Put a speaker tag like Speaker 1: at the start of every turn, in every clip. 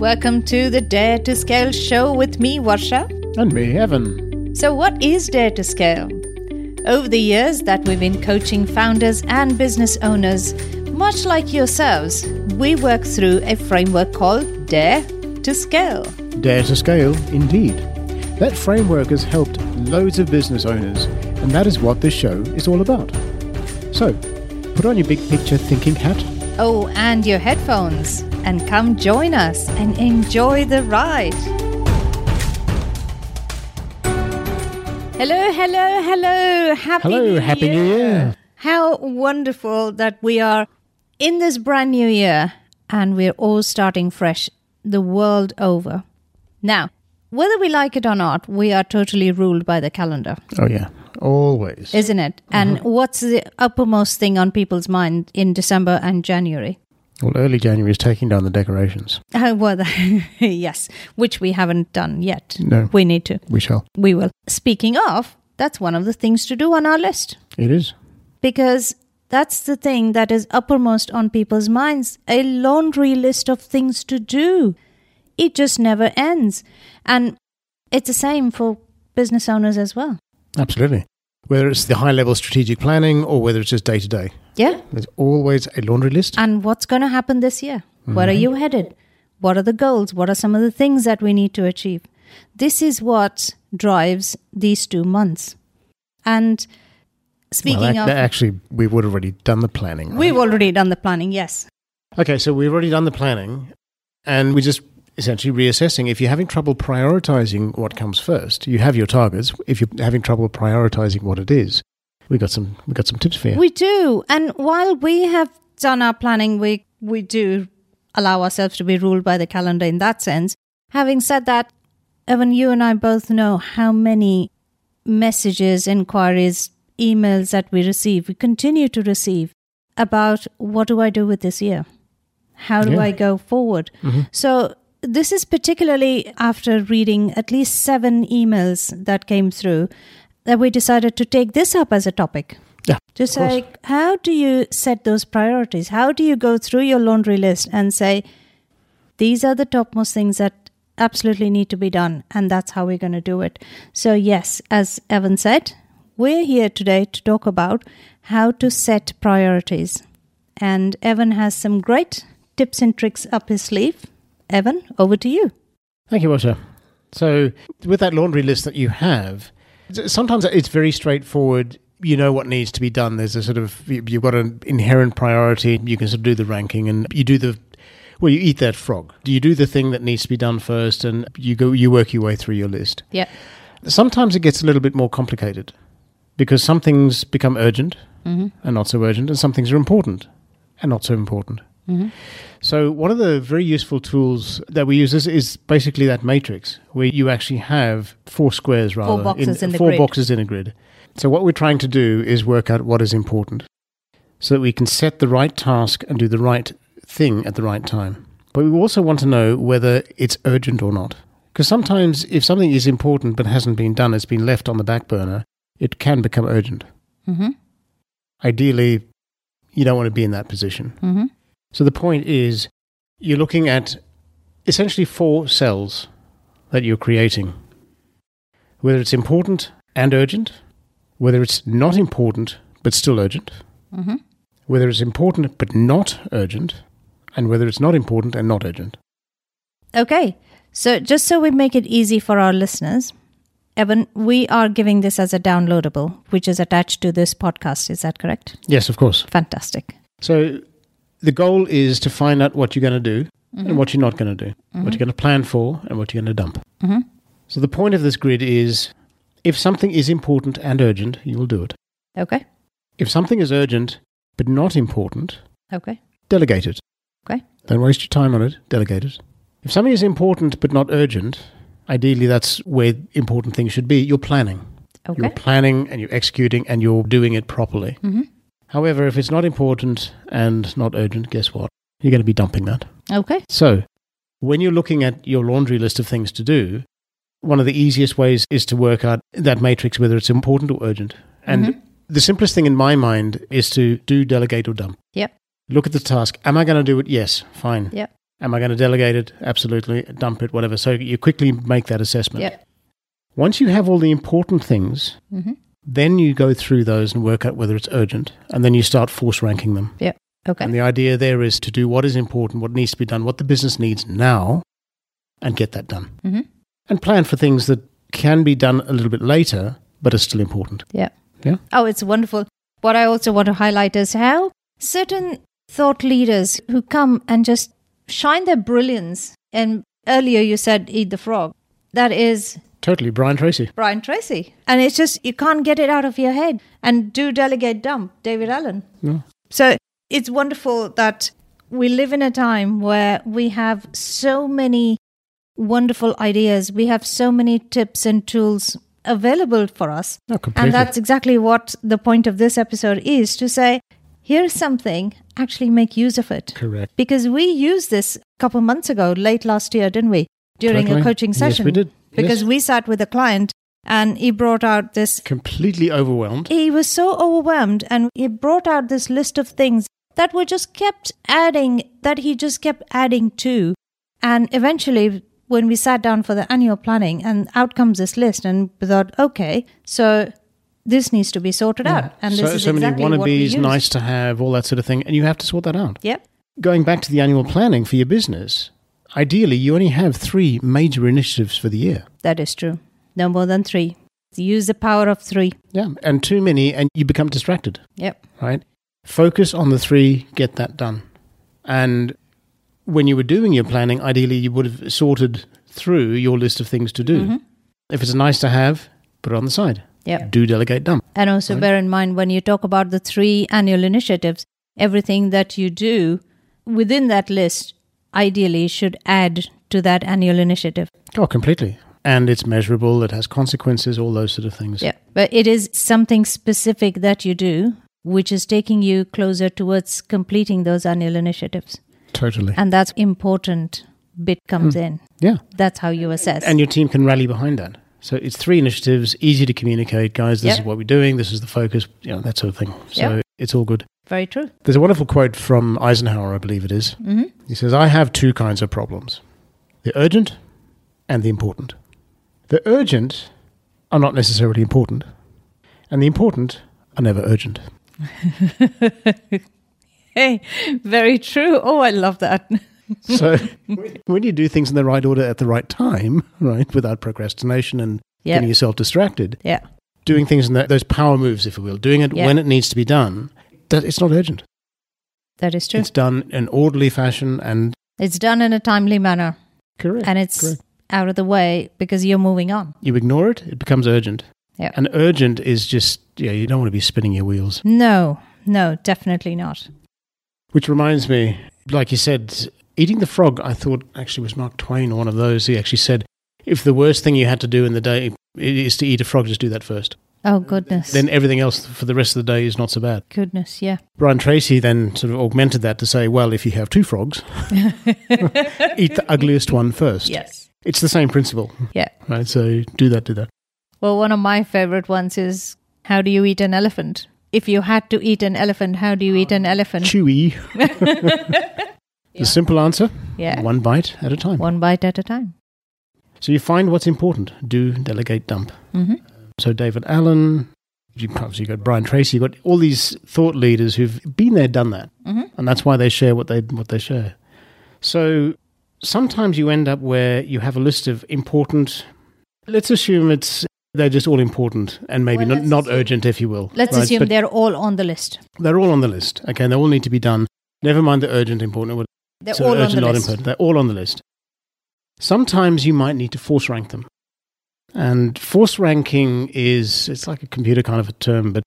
Speaker 1: Welcome to the Dare to Scale show with me, Warsha.
Speaker 2: And me, Evan.
Speaker 1: So, what is Dare to Scale? Over the years that we've been coaching founders and business owners, much like yourselves, we work through a framework called Dare to Scale.
Speaker 2: Dare to scale, indeed. That framework has helped loads of business owners, and that is what this show is all about. So, put on your big picture thinking hat.
Speaker 1: Oh, and your headphones, and come join us and enjoy the ride. Hello, hello, hello. Happy
Speaker 2: Hello,
Speaker 1: New
Speaker 2: Happy
Speaker 1: Year.
Speaker 2: New Year.
Speaker 1: How wonderful that we are in this brand new year and we're all starting fresh the world over. Now, whether we like it or not, we are totally ruled by the calendar
Speaker 2: Oh, yeah. Always.
Speaker 1: isn't it? And
Speaker 2: Mm-hmm.
Speaker 1: what's the uppermost thing on people's mind in December and January?
Speaker 2: well, early January is taking down the decorations.
Speaker 1: Oh, well, the- yes, which we haven't done yet.
Speaker 2: No.
Speaker 1: We need to.
Speaker 2: We shall.
Speaker 1: We will. Speaking of, that's one of the things to do on our list
Speaker 2: It is.
Speaker 1: because that's the thing that is uppermost on people's minds a laundry list of things to do. It just never ends. And it's the same for business owners as well.
Speaker 2: Absolutely. Whether it's the high level strategic planning or whether it's just day to day,
Speaker 1: Yeah.
Speaker 2: there's always a laundry list.
Speaker 1: And what's going to happen this year? Where
Speaker 2: Mm-hmm.
Speaker 1: are you headed? What are the goals? What are some of the things that we need to achieve? This is what drives these two months. And speaking
Speaker 2: well, ac-
Speaker 1: of,
Speaker 2: actually, we would have already done the planning. right?
Speaker 1: we've already done the planning, yes.
Speaker 2: Okay, so we've already done the planning and we're just essentially reassessing. If you're having trouble prioritizing what comes first, you have your targets. If you're having trouble prioritizing what it is, we got some we got some tips for you.
Speaker 1: We do. And while we have done our planning, we, we do allow ourselves to be ruled by the calendar in that sense. Having said that, Evan, you and I both know how many messages, inquiries, emails that we receive, we continue to receive about what do I do with this year? How do
Speaker 2: Yeah. Mm-hmm.
Speaker 1: I go forward? So, this is particularly after reading at least seven emails that came through that we decided to take this up as a topic.
Speaker 2: yeah.
Speaker 1: Just
Speaker 2: of course.
Speaker 1: like, how do you set those priorities? How do you go through your laundry list and say, these are the topmost things that absolutely need to be done, and that's how we're going to do it? So, yes, as Evan said, we're here today to talk about how to set priorities. And Evan has some great tips and tricks up his sleeve. Evan, over to you.
Speaker 2: Thank you, Washa. So, with that laundry list that you have, s- sometimes it's very straightforward. You know what needs to be done. There's a sort of you- you've got an inherent priority. You can sort of do the ranking, and you do the well. You eat that frog. You do the thing that needs to be done first, and you go. You work your way through your list.
Speaker 1: Yeah.
Speaker 2: Sometimes it gets a little bit more complicated because some things become urgent and not so urgent, and some things are important and not so important.
Speaker 1: Mm-hmm.
Speaker 2: So, one of the very useful tools that we use is, is basically that matrix where you actually have four squares rather
Speaker 1: boxes in the
Speaker 2: four
Speaker 1: grid.
Speaker 2: boxes in a grid. So, what we're trying to do is work out what is important so that we can set the right task and do the right thing at the right time. But we also want to know whether it's urgent or not. Because sometimes, if something is important but hasn't been done, it's been left on the back burner, it can become urgent.
Speaker 1: Mm-hmm.
Speaker 2: Ideally, you don't want to be in that position.
Speaker 1: Mm-hmm.
Speaker 2: So the point is, you're looking at essentially four cells that you're creating. Whether it's important and urgent, whether it's not important but still urgent,
Speaker 1: Mm-hmm.
Speaker 2: whether it's important but not urgent, and whether it's not important and not urgent.
Speaker 1: Okay. So, just so we make it easy for our listeners, Evan, we are giving this as a downloadable, which is attached to this podcast. Is that correct?
Speaker 2: Yes, of course.
Speaker 1: Fantastic.
Speaker 2: So the goal is to find out what you're going to do and what you're not going to do, what you're going to plan for and what you're going to dump.
Speaker 1: Mhm.
Speaker 2: So the point of this grid is if something is important and urgent, you will do it.
Speaker 1: Okay.
Speaker 2: If something is urgent but not important,
Speaker 1: Okay.
Speaker 2: delegate it.
Speaker 1: Okay.
Speaker 2: Don't waste your time on it, delegate it. If something is important but not urgent, ideally that's where important things should be. You're planning.
Speaker 1: Okay.
Speaker 2: You're planning and you're executing and you're doing it properly.
Speaker 1: Mhm.
Speaker 2: However, if it's not important and not urgent, guess what? You're going to be dumping that.
Speaker 1: Okay.
Speaker 2: So, when you're looking at your laundry list of things to do, one of the easiest ways is to work out that matrix whether it's important or urgent. And
Speaker 1: Mhm.
Speaker 2: the simplest thing in my mind is to do, delegate, or dump.
Speaker 1: Yep.
Speaker 2: Look at the task. Am I going to do it? Yes. Fine.
Speaker 1: Yep.
Speaker 2: Am I going to delegate it? Absolutely. Dump it, whatever. So you quickly make that assessment.
Speaker 1: Yep.
Speaker 2: Once you have all the important things,
Speaker 1: Mhm.
Speaker 2: then you go through those and work out whether it's urgent, and then you start force ranking them.
Speaker 1: Yep. Okay.
Speaker 2: And the idea there is to do what is important, what needs to be done, what the business needs now, and get that done.
Speaker 1: Mhm.
Speaker 2: And plan for things that can be done a little bit later, but are still important.
Speaker 1: Yeah.
Speaker 2: Yeah.
Speaker 1: Oh, it's wonderful. What I also want to highlight is how certain thought leaders who come and just shine their brilliance. And earlier you said eat the frog. That is
Speaker 2: Totally. Brian Tracy.
Speaker 1: Brian Tracy. And it's just, you can't get it out of your head. And do delegate dump, David Allen.
Speaker 2: Yeah.
Speaker 1: So it's wonderful that we live in a time where we have so many wonderful ideas. We have so many tips and tools available for us.
Speaker 2: No, completely.
Speaker 1: And that's exactly what the point of this episode is to say, here's something, actually make use of it.
Speaker 2: correct.
Speaker 1: Because we used this a couple months ago, late last year, didn't we? During
Speaker 2: Totally.
Speaker 1: a coaching
Speaker 2: Yes,
Speaker 1: session.
Speaker 2: we did.
Speaker 1: Because
Speaker 2: Yes.
Speaker 1: we sat with a client and he brought out this,
Speaker 2: Completely overwhelmed.
Speaker 1: he was so overwhelmed and he brought out this list of things that were just kept adding, that he just kept adding to. And eventually, when we sat down for the annual planning and out comes this list, and we thought, okay, so this needs to be sorted out. And
Speaker 2: so,
Speaker 1: this is
Speaker 2: so many
Speaker 1: exactly what we
Speaker 2: wannabes,
Speaker 1: used.
Speaker 2: nice to have, all that sort of thing. And you have to sort that out.
Speaker 1: Yep.
Speaker 2: Going back to the annual planning for your business, ideally, you only have three major initiatives for the year.
Speaker 1: That is true. No more than three. Use the power of three.
Speaker 2: Yeah. And too many, and you become distracted.
Speaker 1: Yep.
Speaker 2: right? Focus on the three, get that done. And when you were doing your planning, ideally you would have sorted through your list of things to do. If it's nice to have, put it on the side.
Speaker 1: Mm-hmm. Yep.
Speaker 2: Do delegate dump.
Speaker 1: And also bear in mind when you talk about the three annual initiatives, everything that you do within that list ideally should add to that annual initiative.
Speaker 2: Oh, completely. And it's measurable, it has consequences, all those sort of things.
Speaker 1: Yeah. But it is something specific that you do, which is taking you closer towards completing those annual initiatives.
Speaker 2: Totally.
Speaker 1: And that's important bit comes in.
Speaker 2: Hmm. Yeah.
Speaker 1: That's how you assess.
Speaker 2: And your team can rally behind that. So it's three initiatives, easy to communicate, guys, this
Speaker 1: Yeah.
Speaker 2: is what we're doing, this is the focus, you know, that sort of thing. So
Speaker 1: Yeah.
Speaker 2: it's all good.
Speaker 1: Very true.
Speaker 2: There's a wonderful quote from Eisenhower, I believe it is.
Speaker 1: hmm
Speaker 2: He says, I have two kinds of problems the urgent and the important. The urgent are not necessarily important, and the important are never urgent.
Speaker 1: Hey, very true. Oh, I love that.
Speaker 2: So when you do things in the right order at the right time, right, without procrastination and
Speaker 1: Yeah.
Speaker 2: getting yourself distracted,
Speaker 1: Yeah.
Speaker 2: doing things in that, those power moves, if you will, doing it
Speaker 1: Yeah.
Speaker 2: when it needs to be done, that, it's not urgent.
Speaker 1: That is true.
Speaker 2: It's done in an orderly fashion and
Speaker 1: It's done in a timely manner
Speaker 2: correct.
Speaker 1: and it's
Speaker 2: Correct.
Speaker 1: out of the way because you're moving on.
Speaker 2: you ignore it, it becomes urgent.
Speaker 1: Yeah.
Speaker 2: And urgent is just, yeah, you don't want to be spinning your wheels.
Speaker 1: No, no, definitely not.
Speaker 2: Which reminds me, like you said, eating the frog, I thought actually was Mark Twain or one of those. He actually said, if the worst thing you had to do in the day is to eat a frog, just do that first.
Speaker 1: Oh, goodness.
Speaker 2: Then everything else for the rest of the day is not so bad.
Speaker 1: goodness, yeah.
Speaker 2: Brian Tracy then sort of augmented that to say, well, if you have two frogs, eat the ugliest one first.
Speaker 1: Yes.
Speaker 2: It's the same principle,
Speaker 1: Yeah.
Speaker 2: right? So do that, do that.
Speaker 1: Well, one of my favorite ones is how do you eat an elephant? If you had to eat an elephant, how do you eat an elephant?
Speaker 2: Chewy. The simple answer
Speaker 1: Yeah.
Speaker 2: one bite at a time.
Speaker 1: One bite at a time.
Speaker 2: So you find what's important. Do, delegate, dump.
Speaker 1: hmm
Speaker 2: So David Allen, you obviously got Brian Tracy, you got all these thought leaders who've been there, done that,
Speaker 1: Mhm.
Speaker 2: and that's why they share what they what they share. So sometimes you end up where you have a list of important. Let's assume it's they're just all important and maybe
Speaker 1: Well,
Speaker 2: not,
Speaker 1: let's
Speaker 2: not
Speaker 1: assume-
Speaker 2: urgent, if you will.
Speaker 1: Let's
Speaker 2: right?
Speaker 1: assume
Speaker 2: But
Speaker 1: they're all on the list.
Speaker 2: they're all on the list. Okay, and they all need to be done. Never mind the urgent, important. what-
Speaker 1: They're
Speaker 2: so
Speaker 1: all on
Speaker 2: urgent,
Speaker 1: the
Speaker 2: not
Speaker 1: list.
Speaker 2: important. They're all on the list. Sometimes you might need to force rank them. And force ranking is, it's like a computer kind of a term, but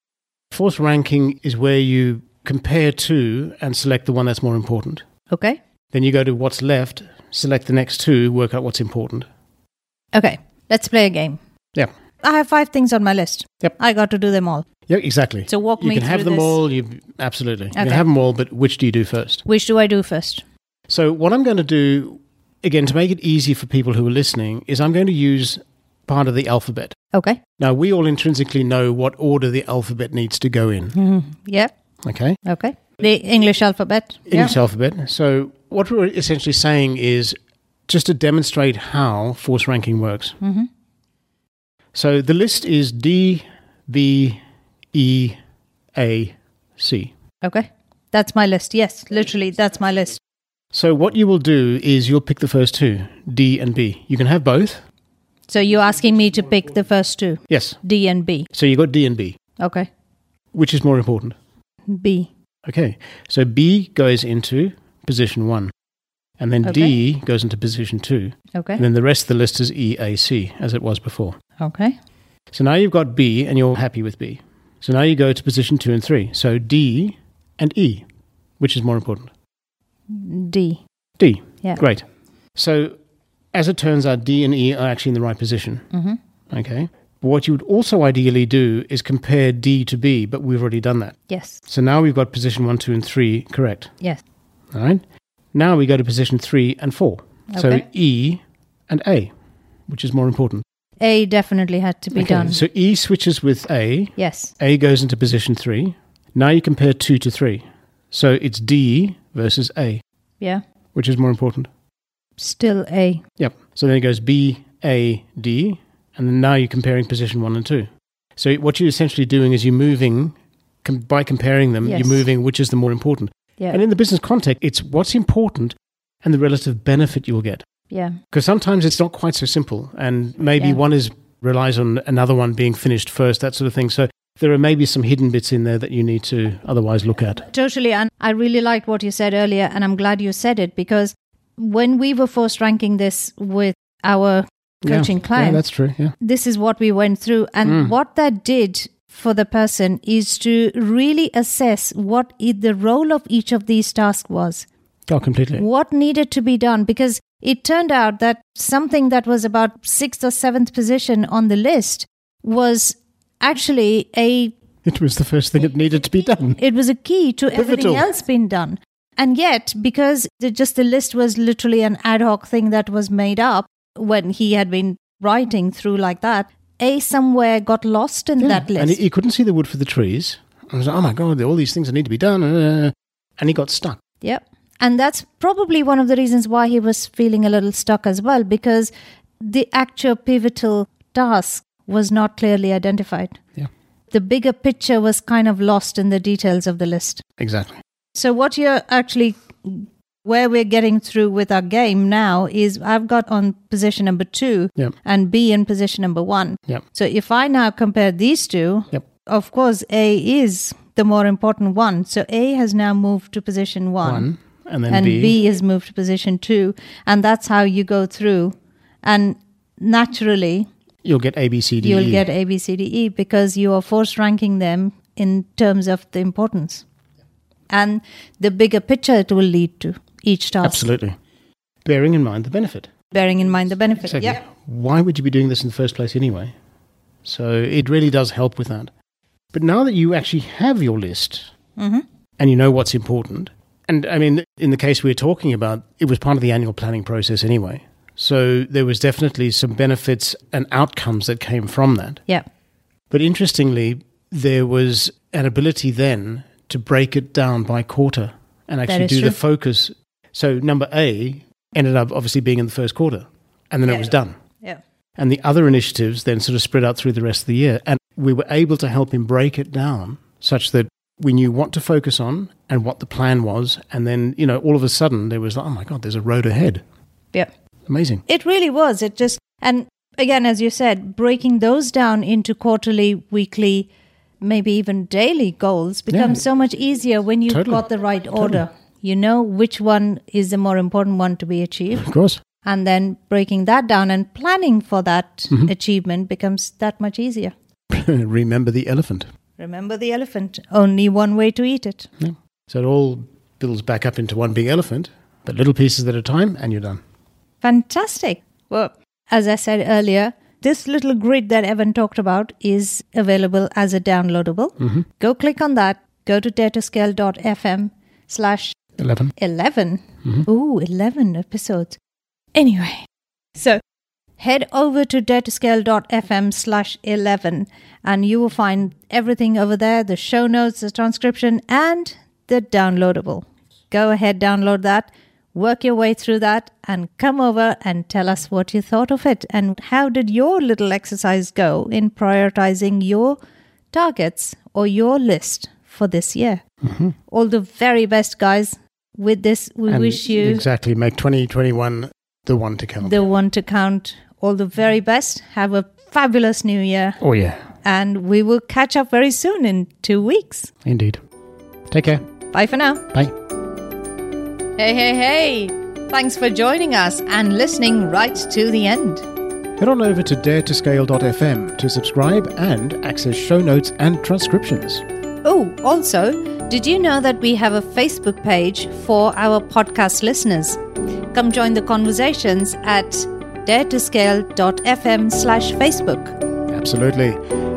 Speaker 2: force ranking is where you compare two and select the one that's more important.
Speaker 1: Okay.
Speaker 2: Then you go to what's left, select the next two, work out what's important.
Speaker 1: Okay. Let's play a game.
Speaker 2: Yeah.
Speaker 1: I have five things on my list.
Speaker 2: Yep.
Speaker 1: I got to do them all.
Speaker 2: Yeah, exactly.
Speaker 1: So walk
Speaker 2: you
Speaker 1: me
Speaker 2: can
Speaker 1: through
Speaker 2: have them
Speaker 1: this.
Speaker 2: all. You absolutely. You can
Speaker 1: Okay.
Speaker 2: have them all, but which do you do first?
Speaker 1: Which do I do first?
Speaker 2: So, what I'm going to do, again, to make it easy for people who are listening, is I'm going to use part of the alphabet.
Speaker 1: Okay.
Speaker 2: Now, we all intrinsically know what order the alphabet needs to go in,
Speaker 1: Yeah.
Speaker 2: okay?
Speaker 1: Okay. The English alphabet.
Speaker 2: English alphabet. So, What we're essentially saying is just to demonstrate how force ranking works.
Speaker 1: Mm-hmm.
Speaker 2: So the list is D, B, E, A, C.
Speaker 1: Okay. That's my list. Yes, literally, that's my list.
Speaker 2: So what you will do is you'll pick the first two, D and B. You can have both.
Speaker 1: So you're asking me to pick the first two,
Speaker 2: Yes.
Speaker 1: D and B.
Speaker 2: So you got D and B.
Speaker 1: Okay.
Speaker 2: Which is more important?
Speaker 1: B.
Speaker 2: Okay. So B goes into position one. And then D goes into position two.
Speaker 1: Okay.
Speaker 2: And then the rest of the list is E, A, C, as it was before.
Speaker 1: Okay.
Speaker 2: So now you've got B and you're happy with B. So now you go to position two and three. So D and E. Which is more important?
Speaker 1: D.
Speaker 2: D.
Speaker 1: Yeah.
Speaker 2: Great. So as it turns out, D and E are actually in the right position.
Speaker 1: Mm-hmm.
Speaker 2: Okay. But what you would also ideally do is compare D to B, but we've already done that.
Speaker 1: Yes.
Speaker 2: So now we've got position one, two, and three correct.
Speaker 1: Yes.
Speaker 2: All right. Now we go to position three and four. So
Speaker 1: Okay.
Speaker 2: E and A, which is more important.
Speaker 1: A definitely had to be
Speaker 2: Okay,
Speaker 1: done.
Speaker 2: So E switches with A.
Speaker 1: yes.
Speaker 2: A goes into position three. Now you compare two to three. So it's D versus A,
Speaker 1: Yeah.
Speaker 2: which is more important.
Speaker 1: Still A.
Speaker 2: Yep. So then it goes B, A, D, and then now you're comparing position one and two. So what you're essentially doing is you're moving, com- by comparing them,
Speaker 1: Yes.
Speaker 2: you're moving which is the more important.
Speaker 1: Yeah.
Speaker 2: And in the business context, it's what's important and the relative benefit you'll get.
Speaker 1: yeah.
Speaker 2: Because sometimes it's not quite so simple, and maybe
Speaker 1: Yeah.
Speaker 2: one is relies on another one being finished first, that sort of thing. So there are maybe some hidden bits in there that you need to otherwise look at.
Speaker 1: Totally. And I really liked what you said earlier, and I'm glad you said it because when we were forced ranking this with our
Speaker 2: Yeah.
Speaker 1: coaching
Speaker 2: Yeah,
Speaker 1: clients,
Speaker 2: that's true. Yeah.
Speaker 1: this is what we went through. And what that did for the person is to really assess what i- the role of each of these tasks was,
Speaker 2: Oh, completely.
Speaker 1: what needed to be done, because it turned out that something that was about sixth or seventh position on the list was actually a
Speaker 2: It was the first thing that needed to be done.
Speaker 1: it was a key to everything
Speaker 2: Pivotal.
Speaker 1: else being done. And yet, because the, just the list was literally an ad hoc thing that was made up when he had been writing through like that, A somewhere got lost in
Speaker 2: Yeah.
Speaker 1: that
Speaker 2: And
Speaker 1: list.
Speaker 2: he, he couldn't see the wood for the trees. I was like, oh my God, there are all these things that need to be done. uh, And he got stuck.
Speaker 1: yep. And that's probably one of the reasons why he was feeling a little stuck as well, because the actual pivotal task was not clearly identified.
Speaker 2: Yeah.
Speaker 1: The bigger picture was kind of lost in the details of the list.
Speaker 2: Exactly.
Speaker 1: So what you're actually where we're getting through with our game now is I've got on position number two
Speaker 2: Yep.
Speaker 1: and B in position number one.
Speaker 2: Yep.
Speaker 1: So if I now compare these two,
Speaker 2: Yep.
Speaker 1: of course A is the more important one. So A has now moved to position one,
Speaker 2: One. And then
Speaker 1: and
Speaker 2: B.
Speaker 1: B. is moved to position two, and that's how you go through, and naturally
Speaker 2: You'll get A, B, C, D,
Speaker 1: you'll
Speaker 2: E.
Speaker 1: get A B C D E because you are force ranking them in terms of the importance and the bigger picture it will lead to each task.
Speaker 2: Absolutely. Bearing in mind the benefit.
Speaker 1: bearing in mind the benefit.
Speaker 2: Exactly.
Speaker 1: Yeah.
Speaker 2: Why would you be doing this in the first place anyway? So it really does help with that. But now that you actually have your list
Speaker 1: Mhm.
Speaker 2: and you know what's important, and I mean, in the case we were talking about, it was part of the annual planning process anyway. So there was definitely some benefits and outcomes that came from that.
Speaker 1: Yeah.
Speaker 2: But interestingly, there was an ability then to break it down by quarter and actually
Speaker 1: is
Speaker 2: do
Speaker 1: true.
Speaker 2: the focus. So number A ended up obviously being in the first quarter, and then
Speaker 1: Yeah.
Speaker 2: it was done.
Speaker 1: Yeah.
Speaker 2: And the other initiatives then sort of spread out through the rest of the year. And we were able to help him break it down such that we knew what to focus on and what the plan was. And then, you know, all of a sudden there was, oh my God, there's a road ahead.
Speaker 1: Yeah.
Speaker 2: Amazing.
Speaker 1: It really was. It just and again as you said breaking those down into quarterly, weekly, maybe even daily goals becomes so much easier when you've
Speaker 2: Totally.
Speaker 1: got the right order. You know which one is the more important one to be achieved.
Speaker 2: Of course.
Speaker 1: and then breaking that down and planning for that achievement becomes that much easier.
Speaker 2: Remember the elephant.
Speaker 1: Remember the elephant, only one way to eat it.
Speaker 2: Yeah. So it all builds back up into one big elephant, but little pieces at a time, and you're done.
Speaker 1: Fantastic. Well, as I said earlier, this little grid that Evan talked about is available as a downloadable. Go click on that, go to datascale.fm slash
Speaker 2: 11.
Speaker 1: 11. Ooh, 11 episodes. Anyway, so head over to datascale.fm slash 11 and you will find everything over there the show notes, the transcription, and the downloadable. Go ahead, download that. work your way through that and come over and tell us what you thought of it and how did your little exercise go in prioritizing your targets or your list for this year. Mm-hmm. All the very best, guys. With this, we
Speaker 2: And
Speaker 1: wish you
Speaker 2: exactly make 2021 the one to count.
Speaker 1: the one to count. All the very best. Have a fabulous new year.
Speaker 2: oh yeah,
Speaker 1: And we will catch up very soon in two weeks.
Speaker 2: indeed. Take care.
Speaker 1: Bye for now.
Speaker 2: Bye.
Speaker 1: Hey, hey, hey. Thanks for joining us and listening right to the end.
Speaker 2: Head on over to daretoscale.fm to subscribe and access show notes and transcriptions.
Speaker 1: Oh, also, did you know that we have a Facebook page for our podcast listeners? Come join the conversations at daretoscale.fm slash Facebook.
Speaker 2: Absolutely.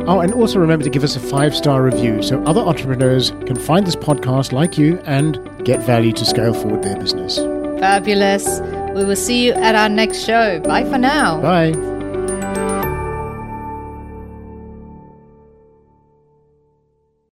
Speaker 2: Oh, and also remember to give us a five star review so other entrepreneurs can find this podcast like you and get value to scale forward their business.
Speaker 1: Fabulous. We will see you at our next show. Bye for now.
Speaker 2: Bye.